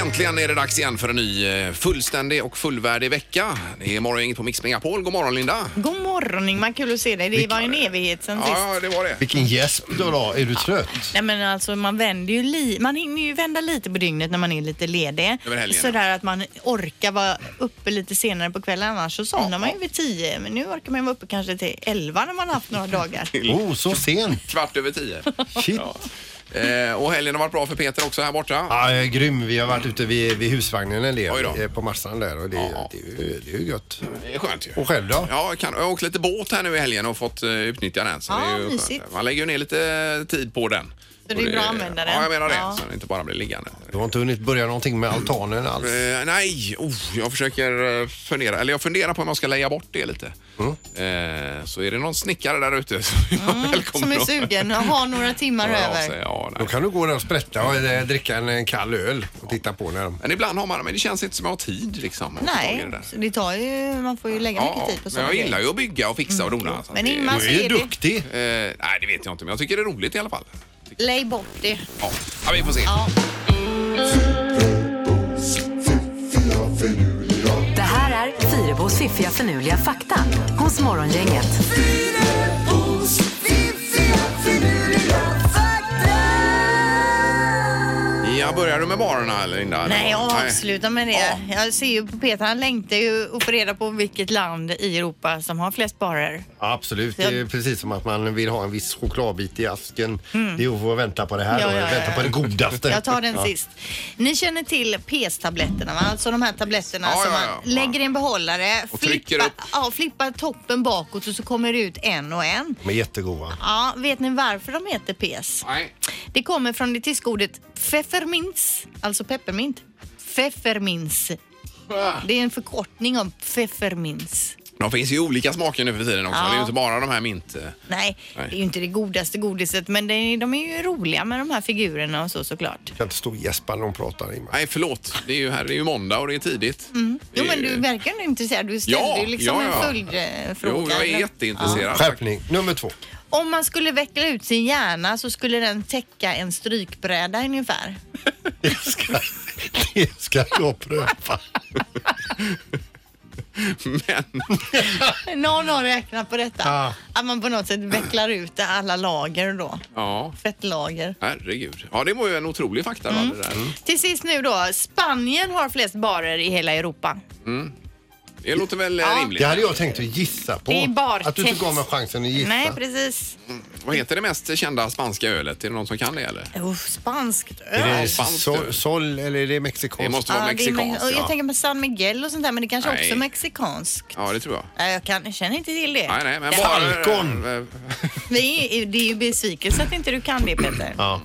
Äntligen är det dags igen för en ny eh, fullständig och fullvärdig vecka. Det är morgongänget på Mix Megapol. God morgon Linda! God morgon Ingmar, kul att se dig. Det var ju en evighet sen sist. Ja, det var det. Vilken gäsp du har. Är du trött? Nej men alltså man vänder ju li- man hinner ju vända lite på dygnet när man är lite ledig. Över helgen, Sådär att man orkar vara uppe lite senare på kvällen annars så somnar Ja, man ja. ju vid tio. Men nu orkar man ju vara uppe kanske till elva när man har haft några dagar. Oh, så sent. Kvart över tio. Shit. Eh, och helgen har varit bra för Peter också här borta. Ja, jag är grym. Vi har varit ute vid, vid husvagnen en Oj del då. eh, på Marstrand där och det, Ja. det, är ju- det är ju gött. Det är skönt ju. Och själv då? Ja, jag, kan, jag har åkt lite båt här nu i helgen och fått eh, utnyttja den. Så Ja, det är ju mysigt. skönt. Man lägger ju ner lite eh, tid på den. Så Och det är bra att använda den. Ja, jag menar det. Ja. Så den inte bara blir liggande. Du har inte hunnit börja någonting med altanen alls? Eh, nej, oh, jag försöker eh, fundera. Eller jag funderar på om jag ska leja bort det lite. Mm. Eh, så är det någon snickare där ute så är man välkommen Som är att sugen och har några timmar höra av sig. över. Ja, Då nej. kan du gå där och sprätta och eh, dricka en eh, kall öl och titta på när de... Men ibland har man men det känns inte som jag har tid liksom. att ta tag i Nej, det där. så det tar ju, man får ju lägga Ja, mycket tid på men sådana jag gillar grejer. Mm. ju att bygga och fixa och dona. så att Men det- Ingmar- Du så är ju Alltså, är det. duktig. Eh, nej, det vet jag inte, men jag tycker det är roligt i alla fall. Lägg bort det. Ja, ja vi får se. Ja. Det här är Fyrabos fiffiga förnuliga fakta hos Morgongänget. Jag börjar du med barerna Linda? Nej, jag avslutar med det. Jag ser ju på Peter, han längtar ju att få reda på vilket land i Europa som har flest barer. Absolut, det är precis som att man vill ha en viss chokladbit i asken. Det är att få vänta på det här Mm. Ja, och ja, ja, vänta ja. på det godaste. Jag tar den sist. Ni känner till PES-tabletterna, va? alltså de här tabletterna Ja, som ja, man ja. lägger i en behållare, Och trycker upp. ja, flippar toppen bakåt och så kommer det ut en och en. De är jättegoda. Ja, vet ni varför de heter PES? Nej. Det kommer från det tyska ordet Pfefferminz, alltså peppermint. Pfefferminz. Ah. Det är en förkortning av Pfefferminz. De finns ju i olika smaker nu för tiden också. Ja. Det är ju inte bara de här mint... eh, Nej, Nej. det är ju inte det godaste godiset men det är, de är ju roliga med de här figurerna och så såklart. Kan inte stå och gäspa när de pratar Ingmar. Nej, förlåt. Det är ju, här, det är ju måndag och det är tidigt. Det Mm. Jo är men ju- du verkar ju intresserad. Du ställde Ja, ju liksom ja, ja. en följdfråga. Jo, jag är eller? jätteintresserad. Skärpning nummer två. Om man skulle veckla ut sin hjärna så skulle den täcka en strykbräda ungefär. Det ska, det ska jag pröva. Men Någon har räknat på detta. Ja. Att man på något sätt vecklar ut alla lager då. ja, Fettlager. herregud. Ja, det var ju en otrolig fakta. Va, Mm. det, där. Till sist nu då. Spanien har flest barer i hela Europa. det låter väl eh, Ja. rimligt. Det hade jag tänkt att gissa på. Det är bartext. Att du inte gav mig chansen att gissa. Nej, precis. Vad heter det mest kända spanska ölet? Är det någon som kan det eller? Oh, spanskt Är öl. det Spanskt öl. sol, sol eller är det mexikanskt? Det måste vara det är me- mexikanskt. och jag Ja. tänker på San Miguel och sånt där men det kanske Nej. också är mexikanskt. ja, det tror jag. Nej, Jag, kan, jag känner inte till det. Nej, nej, men bara... Falcon. Det är, det är ju besvikelse att inte du kan det Peter. Ja.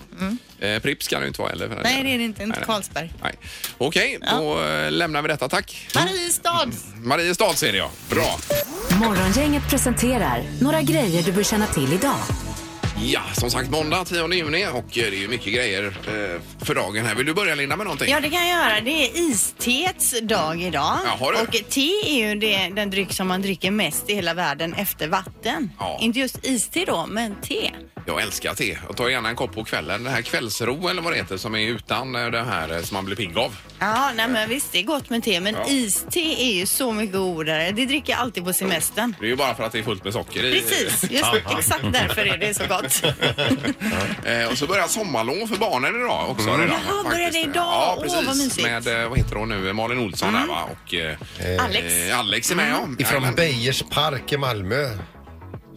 Eh, Prips kan det ju inte vara heller. för den Nej, delen. det är det inte. Inte Nej, nej. Carlsberg. Nej. Okej, då eh, lämnar vi detta. Tack. Mariestad. Mariestad ser jag. Bra. Morgongänget presenterar några grejer du bör känna till idag. Ja, som sagt måndag 10 juni och eh, det är ju mycket grejer eh, för dagen här. Vill du börja Linda med någonting? Ja, det kan jag göra. Det är isteets dag idag. Jaha, du. Och te är ju det, den dryck som man dricker mest i hela världen efter vatten. Ja. Inte just iste då, men te. Jag älskar te och tar gärna en kopp på kvällen. Den här kvällsro eller vad det heter som är utan eh, det här eh, som man blir pigg av. Ja, nej men visst det är gott med te, men Ja. iste är ju så mycket godare. Det dricker jag alltid på semestern. Det är ju bara för att det är fullt med socker i. Precis, just exakt därför är det så gott. Eh, och så börjar sommarlov för barnen idag också Mm. redan. Jaha, faktiskt. börjar det idag? Ja, Åh, precis. vad mysigt. Mm. Med, eh, vad heter hon nu, Malin Olsson där va? Och eh, Alex. Mm. eh, Alex är med ja. Ifrån Jajamän. Beijers park i Malmö.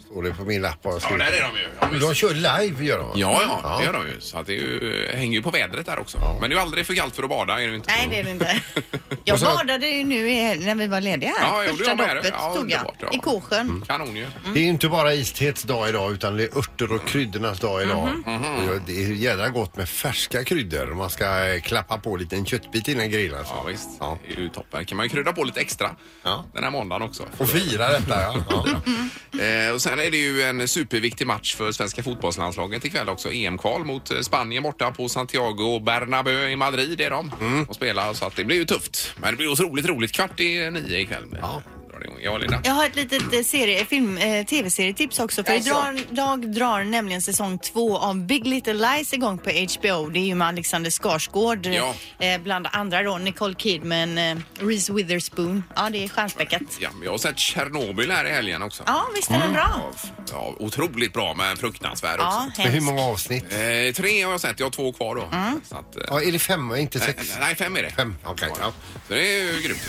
Står det på min lapp. vad jag Ja, skriver. där är de ju. Ja, visst. De kör live gör de. va? Ja, ja, det gör de ju. Så att det är ju, eh, hänger ju på vädret där också. Men det är ju aldrig för kallt för att bada. Är det ju inte. Nej, det är det inte. Jag så- badade ju nu i, när vi var lediga här. Ja, jo, Första det var med det. doppet Ja, tog jag underbart, ja. Mm. i Korsjön. Kanon ju. Det är ju inte bara istets dag idag utan det är örter och kryddornas dag idag. Mhm. Mhm. Och jag- Det är ju jädra gott med färska kryddor. Man ska eh, klappa på lite en köttbit innan grillen. Ja, Så. visst. Det är ju toppen. kan man ju krydda på lite extra Ja. den här måndagen också. Och fira detta ja. ja. Eh, och sen är det ju en superviktig match för svenska fotbollslandslaget ikväll också. EM-kval mot eh, Spanien borta på Santiago Bernabeu i Mm. Madrid är de. Och spelar så att det blir ju tufft. Men det blir otroligt roligt. Kvart i nio ikväll. Ja. varje gång. Ja, Linda? Jag har ett litet eh, serie, film, eh, tv-serietips också. För Jaså? idag, idag drar nämligen säsong två av Big Little Lies igång på HBO. Det är ju med Alexander Skarsgård. Ja. Eh, bland andra då Nicole Kidman, eh, Reese Witherspoon. Ja, det är stjärnspäckat. Ja, men jag har sett Tjernobyl här i helgen också. Ja, visst är den bra? Mm. Ja, f- Ja, otroligt bra men fruktansvärd Ja, också. Men hur hemskt. många avsnitt? Eh, tre har jag sett, jag har två kvar då. Mm. Så att, eh, Ja, är det fem inte sex? nej, fem är det. Fem, okej. ja. Så det är ju grymt.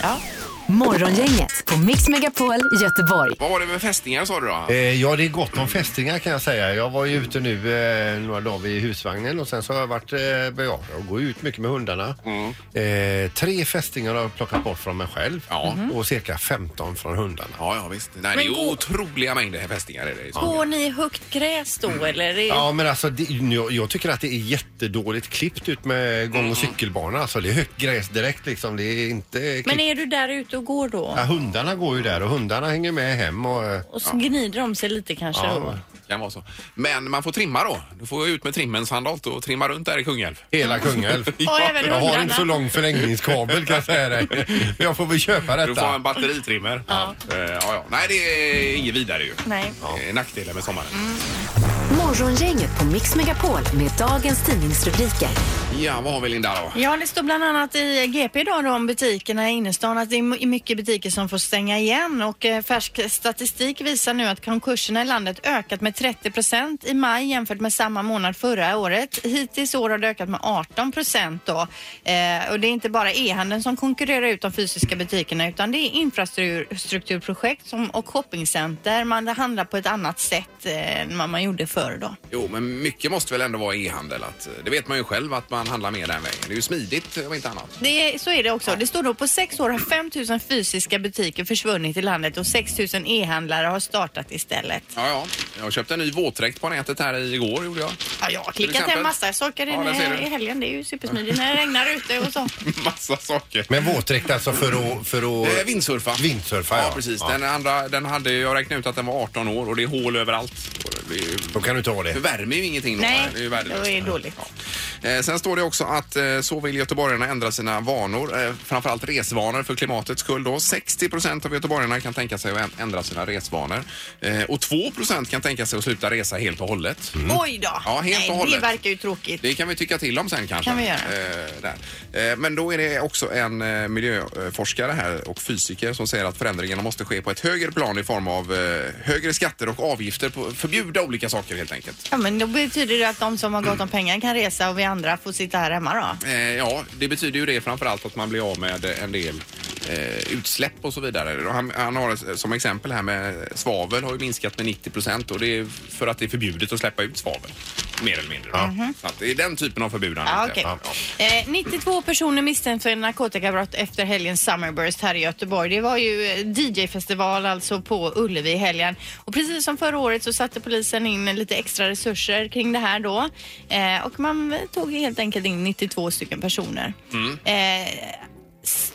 Morgongänget på Mix Megapol Göteborg. Vad var det med fästingar sa du då? Eh, Ja, det är gott om fästingar kan jag säga. Jag var ju ute nu eh, några dagar i husvagnen och sen så har jag varit, eh, ja, jag går ut mycket med hundarna. Mm. Eh, tre fästingar har jag plockat bort från mig själv Ja. Mm-hmm. och cirka 15 från hundarna. Ja, ja visst. Nej, det är Men gå- otroliga mängder fästingar. Är det, i skogen. Går ni i högt gräs då eller? Är... Ja, men alltså det, jag, jag tycker att det är jättedåligt klippt ut med gång Mm. och cykelbana. Alltså det är högt gräs direkt liksom. Det är inte klippt. Men är du där ute och går då? Ja, hundarna går ju där och hundarna hänger med hem och... eh, Och så gnider de sig lite kanske? Ja, och- kan vara så. Men man får trimma då. Du får jag ut med trimmen sandalt och trimma runt där i Kungälv. hela Kungälv. Ja, även Jag har hundarna. inte så lång förlängningskabel kan jag säga dig. Men Jag får väl köpa Du får detta. en batteritrimmer. Ja. Ja, ja. Nej, det är inget vidare ju. Nej. Ja. Eh, Nackdelen med sommaren. Morgongänget på Mix Megapol med dagens tidningsrubriker. Ja, vad har vi Linda då? Ja, det står bland annat i GP idag då om butikerna i innerstan att det är my- mycket butiker som får stänga igen och eh, färsk statistik visar nu att konkurserna i landet ökat med 30 procent i maj jämfört med samma månad förra året. Hittills i år har det ökat med 18 procent då. Eh, och det är inte bara e-handeln som konkurrerar ut de fysiska butikerna utan det är infrastrukturprojekt som, och shoppingcenter. Man handlar på ett annat sätt eh, än vad man gjorde förr då. Jo, men mycket måste väl ändå vara e-handel. Att, eh, det vet man ju själv att man handlar mer den vägen. Det är ju smidigt eh, om inte annat. Det är, så är det också. Det står då på sex år har 5 000 fysiska butiker försvunnit i landet och 6 000 e-handlare har startat istället. Ja, ja. Jag köpte en ny våtdräkt på nätet här igår gjorde jag. Ja, jag har klickat exempel? hem massa saker Ja, där ser du. Mm. i, i helgen. Det är ju supersmidigt när det regnar ute och så. Massa saker. Men våtdräkt alltså för att... För Eh, att... vindsurfa. Vindsurfa, ja. ja. precis. Ja. Den andra, den hade jag räknat ut att den var 18 år och det är hål överallt. Och Det är ju- Då kan du ta det det. värmer ju ingenting då. Nej, det är ju det är värdelöst. dåligt. Eh, Sen står det också att eh, så vill göteborgarna ändra sina vanor, eh, framförallt resvanor för klimatets skull. Då. 60 procent av göteborgarna kan tänka sig att ä- ändra sina resvanor eh, och 2 procent kan tänka sig att sluta resa helt och hållet. Oj då! Ja, helt och Nej, det hållet. verkar ju tråkigt. Det kan vi tycka till om sen kanske. Kan vi göra. Eh, där. Eh, men då är det också en eh, miljöforskare här och fysiker som säger att förändringarna måste ske på ett högre plan i form av eh, högre skatter och avgifter. På, förbjuda olika saker helt enkelt. Ja, men då betyder det att de som har gott om pengar kan resa och vi andra får sitta här hemma då. Eh, ja, det betyder ju det framförallt att man blir av med en del eh, utsläpp och så vidare. Och Han, han har ett- som exempel här med svavel har ju minskat med 90 procent och det är för att det är förbjudet att släppa ut svavel. Mer eller mindre. Så att det är den typen av förbud han Ah, är Mhm. Ja, ute okej. efter. eh, 92 personer misstänks för narkotikabrott efter helgens Summerburst här i Göteborg. Det var ju eh, DJ-festival alltså på Ullevi i helgen. Och precis som förra året så satte polisen in lite extra resurser kring det här då. Eh, och man tog helt enkelt in 92 stycken personer. Mm. Eh,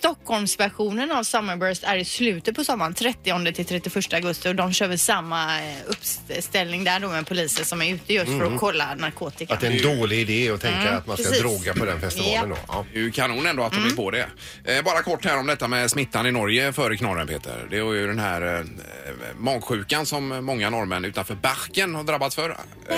Stockholmsversionen av Summerburst är i slutet på sommaren, 30 till 31 augusti och de kör väl samma eh, uppställning där då med poliser som är ute just för att kolla narkotika. Mm. Att det är en dålig idé att tänka att man ska precis. droga på den festivalen då. Ja. Mm. Det är ju kanon ändå att de är på det. Eh, bara kort här om detta med smittan i Norge före knorren Peter. Det var ju den här eh, magsjukan som många norrmän utanför Barken har drabbats för. Eh,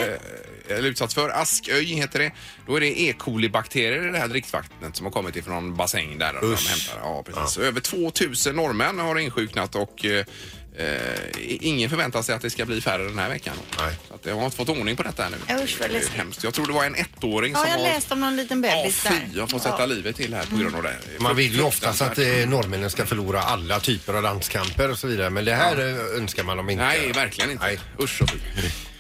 eller utsatts för. Asköj heter det. Då är det E. coli-bakterier i det här dricksvattnet som har kommit ifrån bassäng där. De hämtar. Ja, precis. Över 2000 norrmän har insjuknat och eh, eh, ingen förväntar sig att det ska bli färre den här veckan. Nej. Så att jag har inte fått ordning på detta ännu. Usch, vad det är läskigt. hemskt. Jag tror det var en ettåring Ja, som jag var... läste om någon liten Ja, bebis fy, där. jag får sätta livet till här på grund av det. Man vill ju oftast att eh, norrmännen ska förlora alla typer av landskamper och så vidare. Men det här eh, önskar man dem inte. Nej, verkligen inte. Nej. Usch och fy.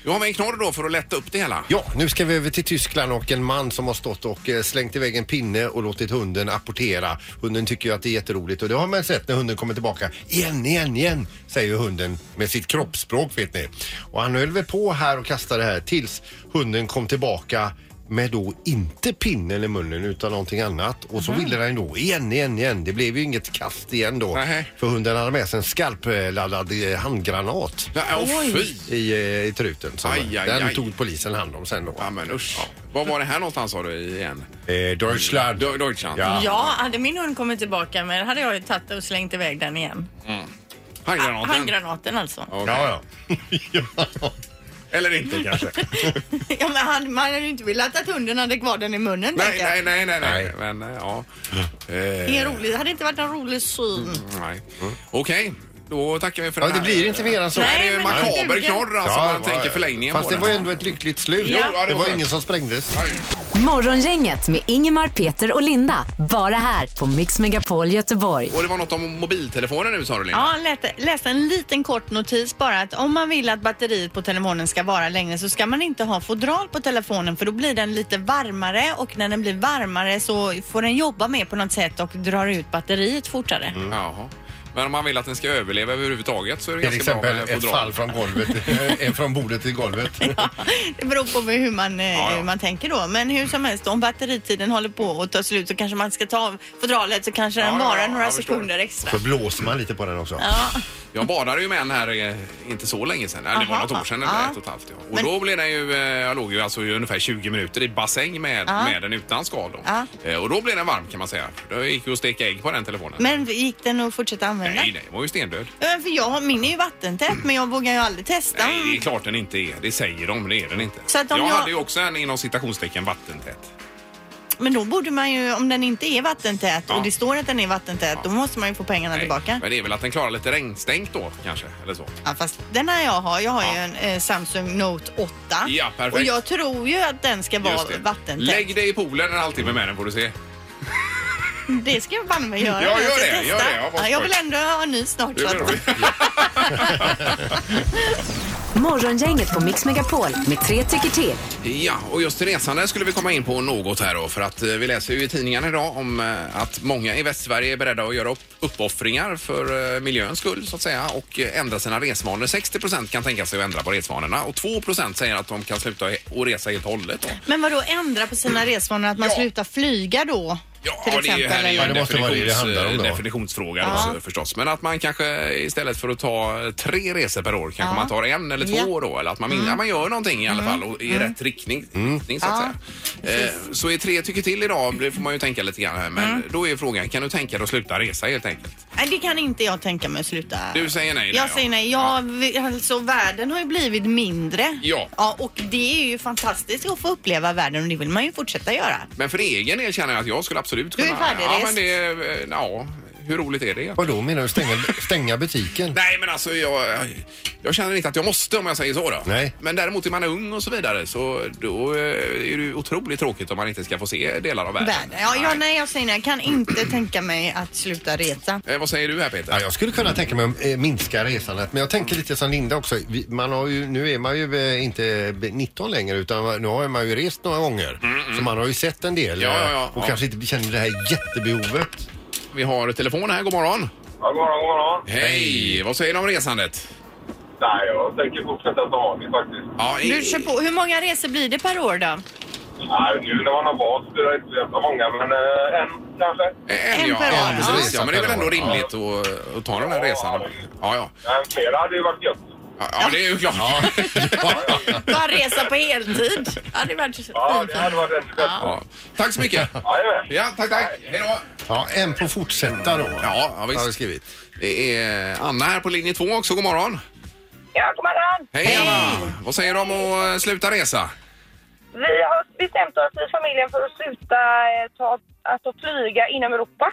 Du har med en knorr då för att lätta upp det hela. Ja, nu ska vi över till Tyskland och en man som har stått och eh, slängt iväg en pinne och låtit hunden apportera. Hunden tycker ju att det är jätteroligt och det har man sett när hunden kommer tillbaka. Igen, igen, igen, säger ju hunden med sitt kroppsspråk vet ni. Och han höll väl på här och kastade här tills hunden kom tillbaka med då inte pinnen i munnen utan någonting annat. Och så ville den då igen, igen, igen. Det blev ju inget kast igen då. Nej. För hunden hade med sig en skarpladdad eh, handgranat Nej, Åh fy! i, eh, i truten. Så Aj, aj, den aj. tog polisen hand om sen då. Ja, men usch. Var var det här någonstans sa du igen? Eh, Deutschland. Do- Deutschland. Ja. Ja, hade min hund kommit tillbaka med hade jag ju tagit och slängt iväg den igen. Handgranaten. Handgranaten alltså. Okej. Ja, ja. ja. Eller inte kanske. Ja, men han, man hade ju inte velat att hunden hade kvar den i munnen. nej, tänker jag. nej, nej, nej, nej. Nej. Men eh, ja. Eh, Ingen rolig, det hade inte varit en rolig syn. Nej. Okej, då tackar vi för ja, den det här. blir inte mer än så. Nej, det är ju Nej, men det makaber duger. knorr alltså. Ja, man ja, tänker ja. förlängningen Fast på det den. var ändå ett lyckligt slut. Jo, ja, det det var var det. ingen som sprängdes. Morgongänget med Ingemar, Peter och Linda. Bara här på Mix Megapol Göteborg. Och det var något om mobiltelefoner nu sa du Linda. Ja, han lät- läste en liten kort notis bara att om man vill att batteriet på telefonen ska vara längre så ska man inte ha fodral på telefonen för då blir den lite varmare och när den blir varmare så får den jobba mer på något sätt och drar ut batteriet fortare. Mm. Jaha. Men om man vill att den ska överleva överhuvudtaget så är det Till ganska exempel bra med ett fodral. fall från golvet, eh, från bordet till golvet. Det beror på hur man, eh, Ja, ja. hur man tänker då. Men hur som helst, om batteritiden håller på att ta slut så kanske man ska ta av fodralet så kanske Ja, den ja, varar ja, några jag förstår. sekunder extra. Så blåser man lite på den också. Jag badade ju med en här eh, inte så länge sedan. Nej, det var Aha. något år sedan eller Ja. ett och ett halvt. Ja. Och Men- då blev den ju, eh, jag låg ju alltså i ungefär 20 minuter i bassäng med, med den utan skal. Då. Ja. Eh, Och då blev den varm kan man säga. Då gick ju att steka ägg på den telefonen. Men gick den att fortsätta använda? Nej, nej, den var ju stendöd. Eh, För jag, har- min är ju vattentät men jag vågar ju aldrig testa. Nej, det är klart den inte är. Det säger de, det är den inte. Så att om jag, jag- hade ju också en inom citationstecken vattentät. Men då borde man ju, om den inte är vattentät Ja. och det står att den är vattentät, då måste man ju få pengarna Nej, tillbaka. Men det är väl att den klarar lite regnstänk då kanske, eller så. Ja, fast den här jag har, jag har Ja. ju en eh, Samsung Note 8. Ja, perfekt. Och jag tror ju att den ska vara Just det. vattentät. Lägg dig i poolen en halvtimme med den får du se. Det ska jag banne mig göra. Ja, gör Jag ska det, gör testa. det. Ja, vad Ja, jag skoj. vill ändå ha en ny snart. Det så blir att- roligt. Morgongänget på Mix Megapol med tre tycker till. Ja, och just resande skulle vi komma in på något här då för att eh, vi läser ju i tidningarna idag om eh, att många i Västsverige är beredda att göra upp, uppoffringar för eh, miljöns skull så att säga och eh, ändra sina resvanor. 60 kan tänka sig att ändra på resvanorna och 2 säger att de kan sluta he- och resa helt och hållet. Då. Men vadå ändra på sina resvanor? Att man Mm. Ja. slutar flyga då? Ja, till det är ju, exempel. här är ju eller? en Ja, det måste vara det det definitions- handlar om då. definitionsfråga då, förstås. Men att man kanske istället för att ta tre resor per år kanske Ja. man tar en eller två Ja. Mm. då. Eller att man, mm. man gör någonting i alla fall och i rätt riktning. Mm. riktning så, att säga. Eh, så är tre tycker till idag, det får man ju tänka lite grann här. Mm. Men då är frågan, kan du tänka dig att sluta resa helt enkelt? Nej, det kan inte jag tänka mig att sluta. Du säger nej där, Jag ja. säger nej. Jag, vi- alltså, världen har ju blivit mindre. Ja. ja. Och det är ju fantastiskt att få uppleva världen och det vill man ju fortsätta göra. Men för egen del känner jag att jag skulle absolut Du är kunna... ja, färdigrest. men det, eh, ja, hur roligt är det? Vadå menar du stänga, stänga butiken? Nej, men alltså jag, jag känner inte att jag måste om jag säger så. Då. Nej. Men däremot är man ung och så vidare så då eh, är det ju otroligt tråkigt om man inte ska få se delar av världen. Världen. Ja, ja, nej, jag säger nej. Jag kan inte tänka mig att sluta resa. Eh, vad säger du här Peter? Ja, jag skulle kunna tänka mig att eh, minska resandet, men jag tänker lite som Linda också. Vi- Man har ju, nu är man ju eh, inte 19 längre, utan nu har man ju rest några gånger. Så man har ju sett en del Mm, Ja, ja, ja. eh, och Ja. kanske inte känner det här jättebehovet. Vi har telefon här, god morgon. Ja, god morgon, god morgon. Hej! Vad säger du om resandet? Nej, jag tänker fortsätta ta av mig faktiskt. Ja, i- Du kör på. Hur många resor blir det per år då? Nej, nu när man har barn så blir det inte så jävla många, men eh, en kanske. Eh, En, En ja, per år, ja, ja. precis. Ja, men det är väl ändå Ja. rimligt att, att ta den här resan? Ja, ja. Men flera hade ju varit gött. Ja, ja det är ju klart. Bara resa på heltid. Ja, det var Ja, det hade varit ännu bättre. Ja. Tack så mycket. Jajamän. Ja, tack, tack. Hej då. Ja, en på fortsätta då. Ja, ja, visst. Har vi skrivit. Det är Anna här på linje två också. God morgon. Ja, god morgon. Hej, Anna! Vad säger du om att eh, sluta resa? Vi har bestämt oss i familjen för att sluta eh, ta, att ta flyga inom Europa.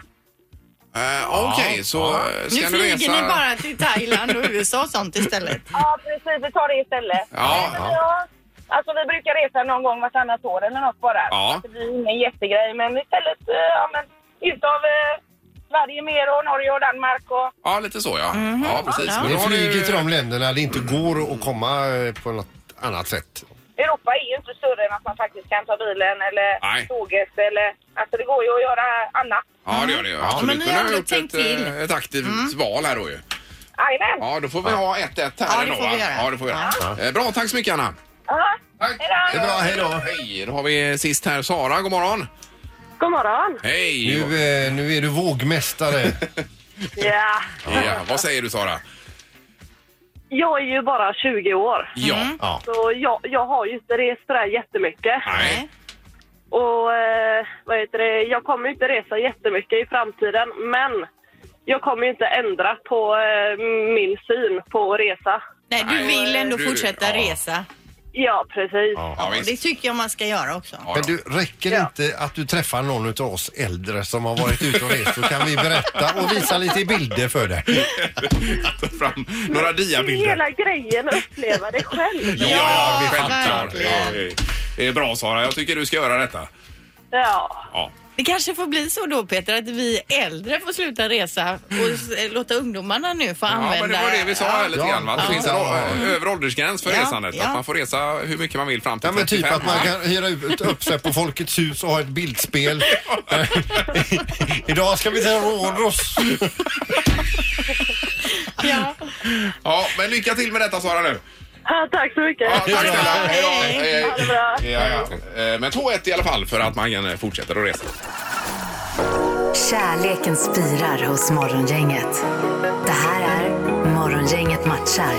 Uh, Okej, så eh, Nu ska ni flyger resa... ni bara till Thailand och USA och sånt istället. Ja, precis. Vi tar det istället. Ja, Men ja. vi har- Alltså vi brukar resa någon gång vartannat år eller något bara. Ja. Så Det blir ingen jättegrej men istället eh, ja, men, utav eh, Sverige mer och Norge och Danmark och Ja, lite så ja. Mhm. Ja, precis. Men Ni då har ni- flyger till de länderna det inte går att komma eh, på något annat sätt. Europa är ju inte större än att man faktiskt kan ta bilen eller Nej. tåget eller alltså det går ju att göra annat. Ja, det gör det ju. Absolut. men ni Men har har ändå gjort ett, tänkt till. Mm. eh, ett aktivt val här då ju. Jajamän! Ja, då får vi ha 1-1 här Ja, det ändå, får vi va? göra. Ja, det får vi göra. Eh, Bra, tack så mycket Anna. Ja. Tack. Hej Det är bra, hej då. Hej, då har vi sist här Sara. God morgon. God morgon! Hej! Nu, eh, nu är du vågmästare. Ja. Ja, vad säger du Mm. Sara? Jag är ju bara 20 år, Ja. Mm. Ja. så jag, jag har ju inte rest sådär jättemycket. Nej. Och eh, vad heter det, jag kommer ju inte resa jättemycket i framtiden, men jag kommer ju inte ändra på eh, min syn på resa. Nej, du Nej, eh, vill ändå du- fortsätta ja. resa. Ja, precis. Ja, Det visst. tycker jag man ska göra också. Ja, Men då. du, räcker det Ja. inte att du träffar någon av oss äldre som har varit ute och rest så kan vi berätta och visa lite bilder för dig. Ta fram några diabilder. Hela grejen, uppleva det själv. Ja, ja, vi självklart. verkligen. Ja, Det är bra Sara, jag tycker du ska göra detta. Ja. Ja. Det kanske får bli så då Peter att vi äldre får sluta resa och s- eh, låta ungdomarna nu få Ja, använda... men det var det vi sa här lite Ja. grann va? Att Det Ja. finns en o- övre åldersgräns för Ja, resandet. ja. Att man får resa hur mycket man vill fram till Ja men typ 35. att man kan hyra ut, upp sig på Folkets hus och ha ett bildspel. Eh, Idag ska vi till Rhodos. Ja. Ja, men lycka till med detta Sara nu. Ja, tack så mycket. Ja, tack snälla. Hej då. Ha det Hej, bra. hej. Ja, ja. Eh, Men 2-1 i alla fall för att man eh, fortsätter att resa. Kärleken spirar hos Morgongänget. Det här är Morgongänget matchar.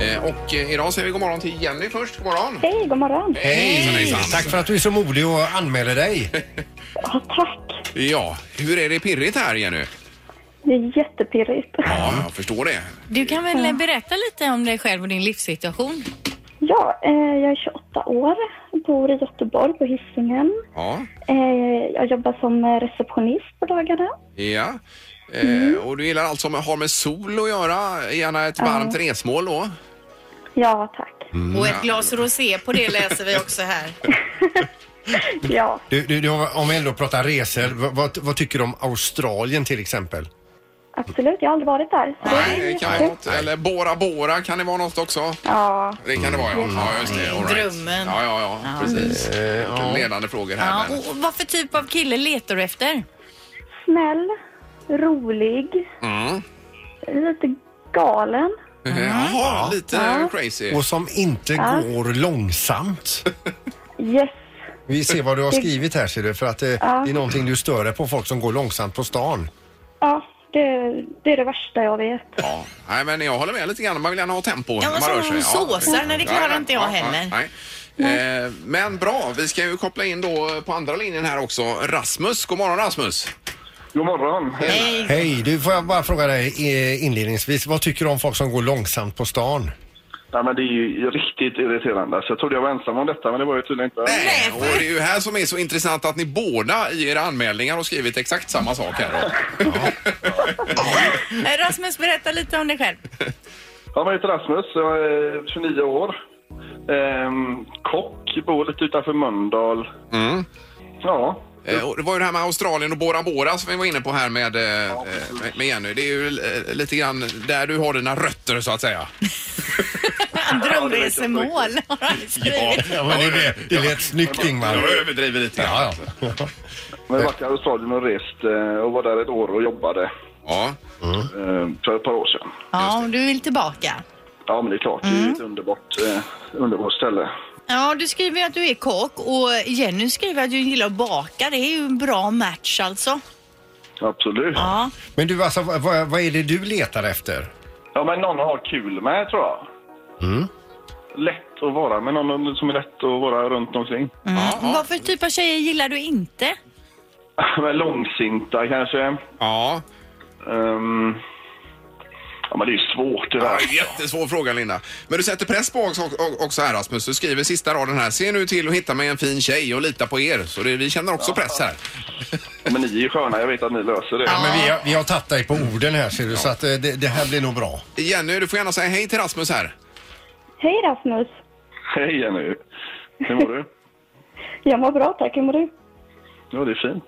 Eh, Och eh, idag säger vi god morgon till Jenny först. God morgon. Hej, god morgon. Hejsan, Hej! hejsan. Tack för att du är så modig och anmäler dig. Ja, tack. Ja, hur är det pirrigt här Jenny? Det är jättepirrigt. Ja, jag förstår det. Du kan väl berätta lite om dig själv och din livssituation? Ja, eh, jag är 28 år, bor i Göteborg på Hisingen. Ja. Eh, jag jobbar som eh, receptionist på dagarna. Ja. Eh, Och du gillar allt som har med sol att göra, gärna ett varmt resmål då. Ja, tack. Mm. Och ett glas rosé på det läser vi också här. Ja, Du, du, du, om vi ändå pratar resor, vad, vad, vad tycker du om Australien till exempel? absolut. Jag har aldrig varit där. Så det är Nej, det kan vara jättekul. något. Eller Bora Bora kan det vara något också. Ja, Det kan det vara, ja. ja just det. All right. Mm. Drömmen. Ja, ja, ja. Precis. Vilken Ledande frågor här. Ja, men- och vad för typ av kille letar du efter? snäll, rolig, Mm. lite galen. Mm. Jaha, lite crazy. Och som inte går långsamt. Yes. Vi ser vad du har skrivit här ser du, för att eh, det är någonting du stör dig på, folk som går långsamt på stan. Ja, det, det är det värsta jag vet. Ja. Nej, men jag håller med lite grann. Man vill gärna ha tempo när men man som rör sig. såsar, nej, det klarar Ja, inte jag heller. nej. Eh, men bra, vi ska ju koppla in då på andra linjen här också. Rasmus, god morgon Rasmus. God morgon. Hej. Hej, du får jag bara fråga dig eh, inledningsvis, vad tycker du om folk som går långsamt på stan? Nej, men det är ju riktigt irriterande. Så jag trodde jag var ensam om detta, men det var jag tydligen inte. Eh, Och det är ju här som är så intressant att ni båda i era anmälningar har skrivit exakt samma sak här då. Eh, Rasmus, berätta lite om dig själv. Ja, men jag heter Rasmus, jag är 29 år. Ehm, kock, bor lite utanför Mölndal. Ja, Eh, och det var ju det här med Australien och Bora Bora som vi var inne på här med, eh, eh, med, med Jenny. Det är ju eh, lite grann där du har dina rötter så att säga. Drömresemål har han skrivit. Ja, men det, det, det lät snyggt Ingmar. Jag överdriver lite grann. Ja, alltså. ja. men jag har varit i Australien och rest eh, och var där ett år och jobbade Ja. eh, för ett par år sedan. Ja, om du vill tillbaka. Ja, men det är klart, det är ju ett underbart, eh, underbart ställe. Ja, du skriver ju att du är kock och Jenny skriver att du gillar att baka. Det är ju en bra match alltså. Absolut. Ja. Ja. Men du, alltså, vad, vad- vad är det du letar efter? men någon har kul med, tror jag. Lätt att vara med någon som är lätt att vara runt omkring. Ja, ja. Vad för typ av tjejer gillar du inte? Men långsinta kanske. ja. Ehm, ja, men det är ju svårt det där. Ja, Jättesvår fråga Linda. Men du sätter press på också, också här Rasmus. Du skriver sista raden här. Se nu till att hitta mig en fin tjej och lita på er. Så det, vi känner också press här. Men ni är ju sköna, jag vet att ni löser det. Men vi, har- vi har tagit dig på orden här ser du, så att eh, det, det här blir nog bra. Jenny, du får gärna säga hej till Rasmus här. Hej Rasmus. Hej Jenny! Hur mår du? Jag mår bra tack. Hur mår du? Ja, det är fint.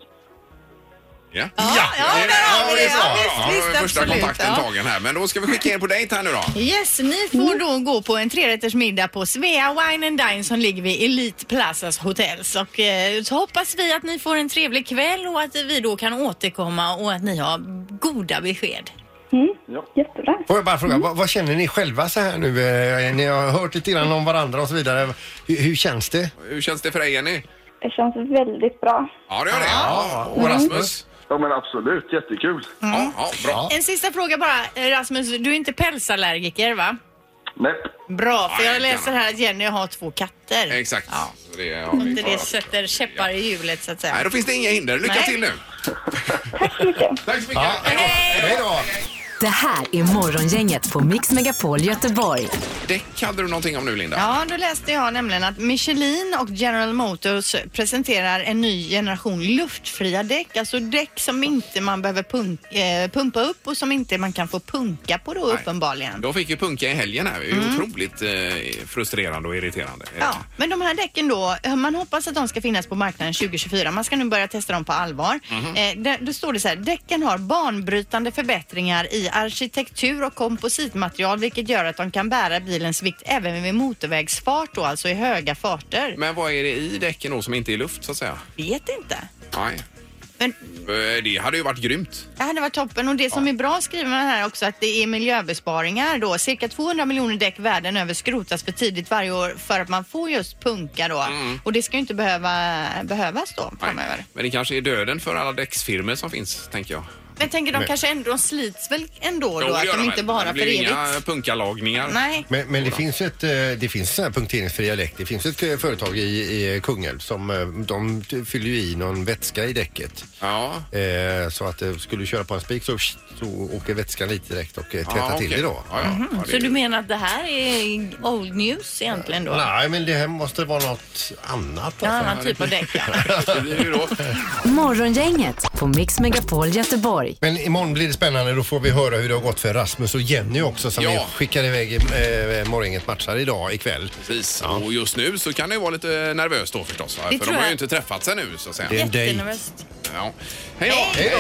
Ja, ja, där har vi det. Ja, visst, visst, det var första absolut, kontakten ja. tagen här. Men då ska vi skicka er på dejt här nu då. Yes, ni får då gå på en trerätters middag på Svea Wine and Dine som ligger vid Elite Plazas Hotels. Och eh, så hoppas vi att ni får en trevlig kväll och att vi då kan återkomma och att ni har goda besked. Jättebra. Får jag bara fråga, vad, vad känner ni själva så här nu? Eh, Ni har hört lite grann om varandra och så vidare. Hur, hur känns det? Hur känns det för dig Jenny? Det känns väldigt bra. Ja, det gör det. Ja. Och Rasmus? Ja, men absolut. Jättekul. Ja, ja, bra. En sista fråga bara, eh, Rasmus. Du är inte pälsallergiker va? Nej. Bra, för Nej, jag läser gärna. här att Jenny har två katter. Exakt. Ja. Så det har vi Inte det klarat. sätter käppar i hjulet så att säga. Nej, då finns det inga hinder. Lycka Nej. till nu! Tack så mycket. Tack så mycket! Ja, hej då! Det här är Morgongänget på Mix Megapol Göteborg. Däck hade du någonting om nu, Linda. Ja, då läste jag nämligen att Michelin och General Motors presenterar en ny generation luftfria däck. Alltså däck som inte man behöver punk- eh, pumpa upp och som inte man kan få punka på då uppenbarligen. Då fick ju punka i helgen här. Det är ju otroligt eh, frustrerande och irriterande. Mm. Ja, men de här däcken då, eh, man hoppas att de ska finnas på marknaden 2024. Man ska nu börja testa dem på allvar. Eh, där, då står det så här, däcken har banbrytande förbättringar i arkitektur och kompositmaterial vilket gör att de kan bära bilens vikt även vid motorvägsfart då, alltså i höga farter. Men vad är det i däcken då som inte är luft så att säga? Vet inte. Nej. Men Eh, Det hade ju varit grymt. Det hade varit toppen och det som är bra skriver man här också att det är miljöbesparingar då. Cirka 200 miljoner däck världen över skrotas för tidigt varje år för att man får just punka då. Och det ska ju inte behöva, behövas då Nej. framöver. Men det kanske är döden för alla däcksfirmor som finns, tänker jag. Men tänker de Men- kanske ändå slits väl ändå Jo, då? det att gör de väl. inte bara det för blir evigt? inga punkalagningar. Nej. Men, men det finns ju ett, eh, det finns sådana här punkteringsfria däck. Det finns ett eh, företag i, i Kungälv som eh, de fyller ju i någon vätska i däcket. Ja. Eh, så att eh, skulle du köra på en spik så, så åker vätskan lite direkt och eh, tätar ja, till okej. det då. Ja, ja. Mhm. Ja, det Så är- du menar att det här är old news egentligen då? Nej, men det här måste vara något annat. En Alltså. annan typ av däck ja. det blir ju då. Morgongänget på Mix Megapol Göteborg. Men imorgon blir det spännande. Då får vi höra hur det har gått för Rasmus och Jenny också som Ja. vi skickar iväg eh, Morgänget matchar idag ikväll. Precis. Och just nu så kan det ju vara lite nervöst då förstås. Va? För tror de har ju jag. inte träffats ännu så att säga. Det är en dejt. Jättenervöst. Ja. Hej då! Hej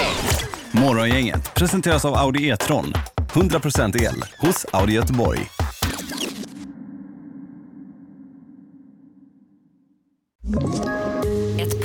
då! Morgongänget presenteras av Audi E-tron. 100% el hos Audi Göteborg. Ett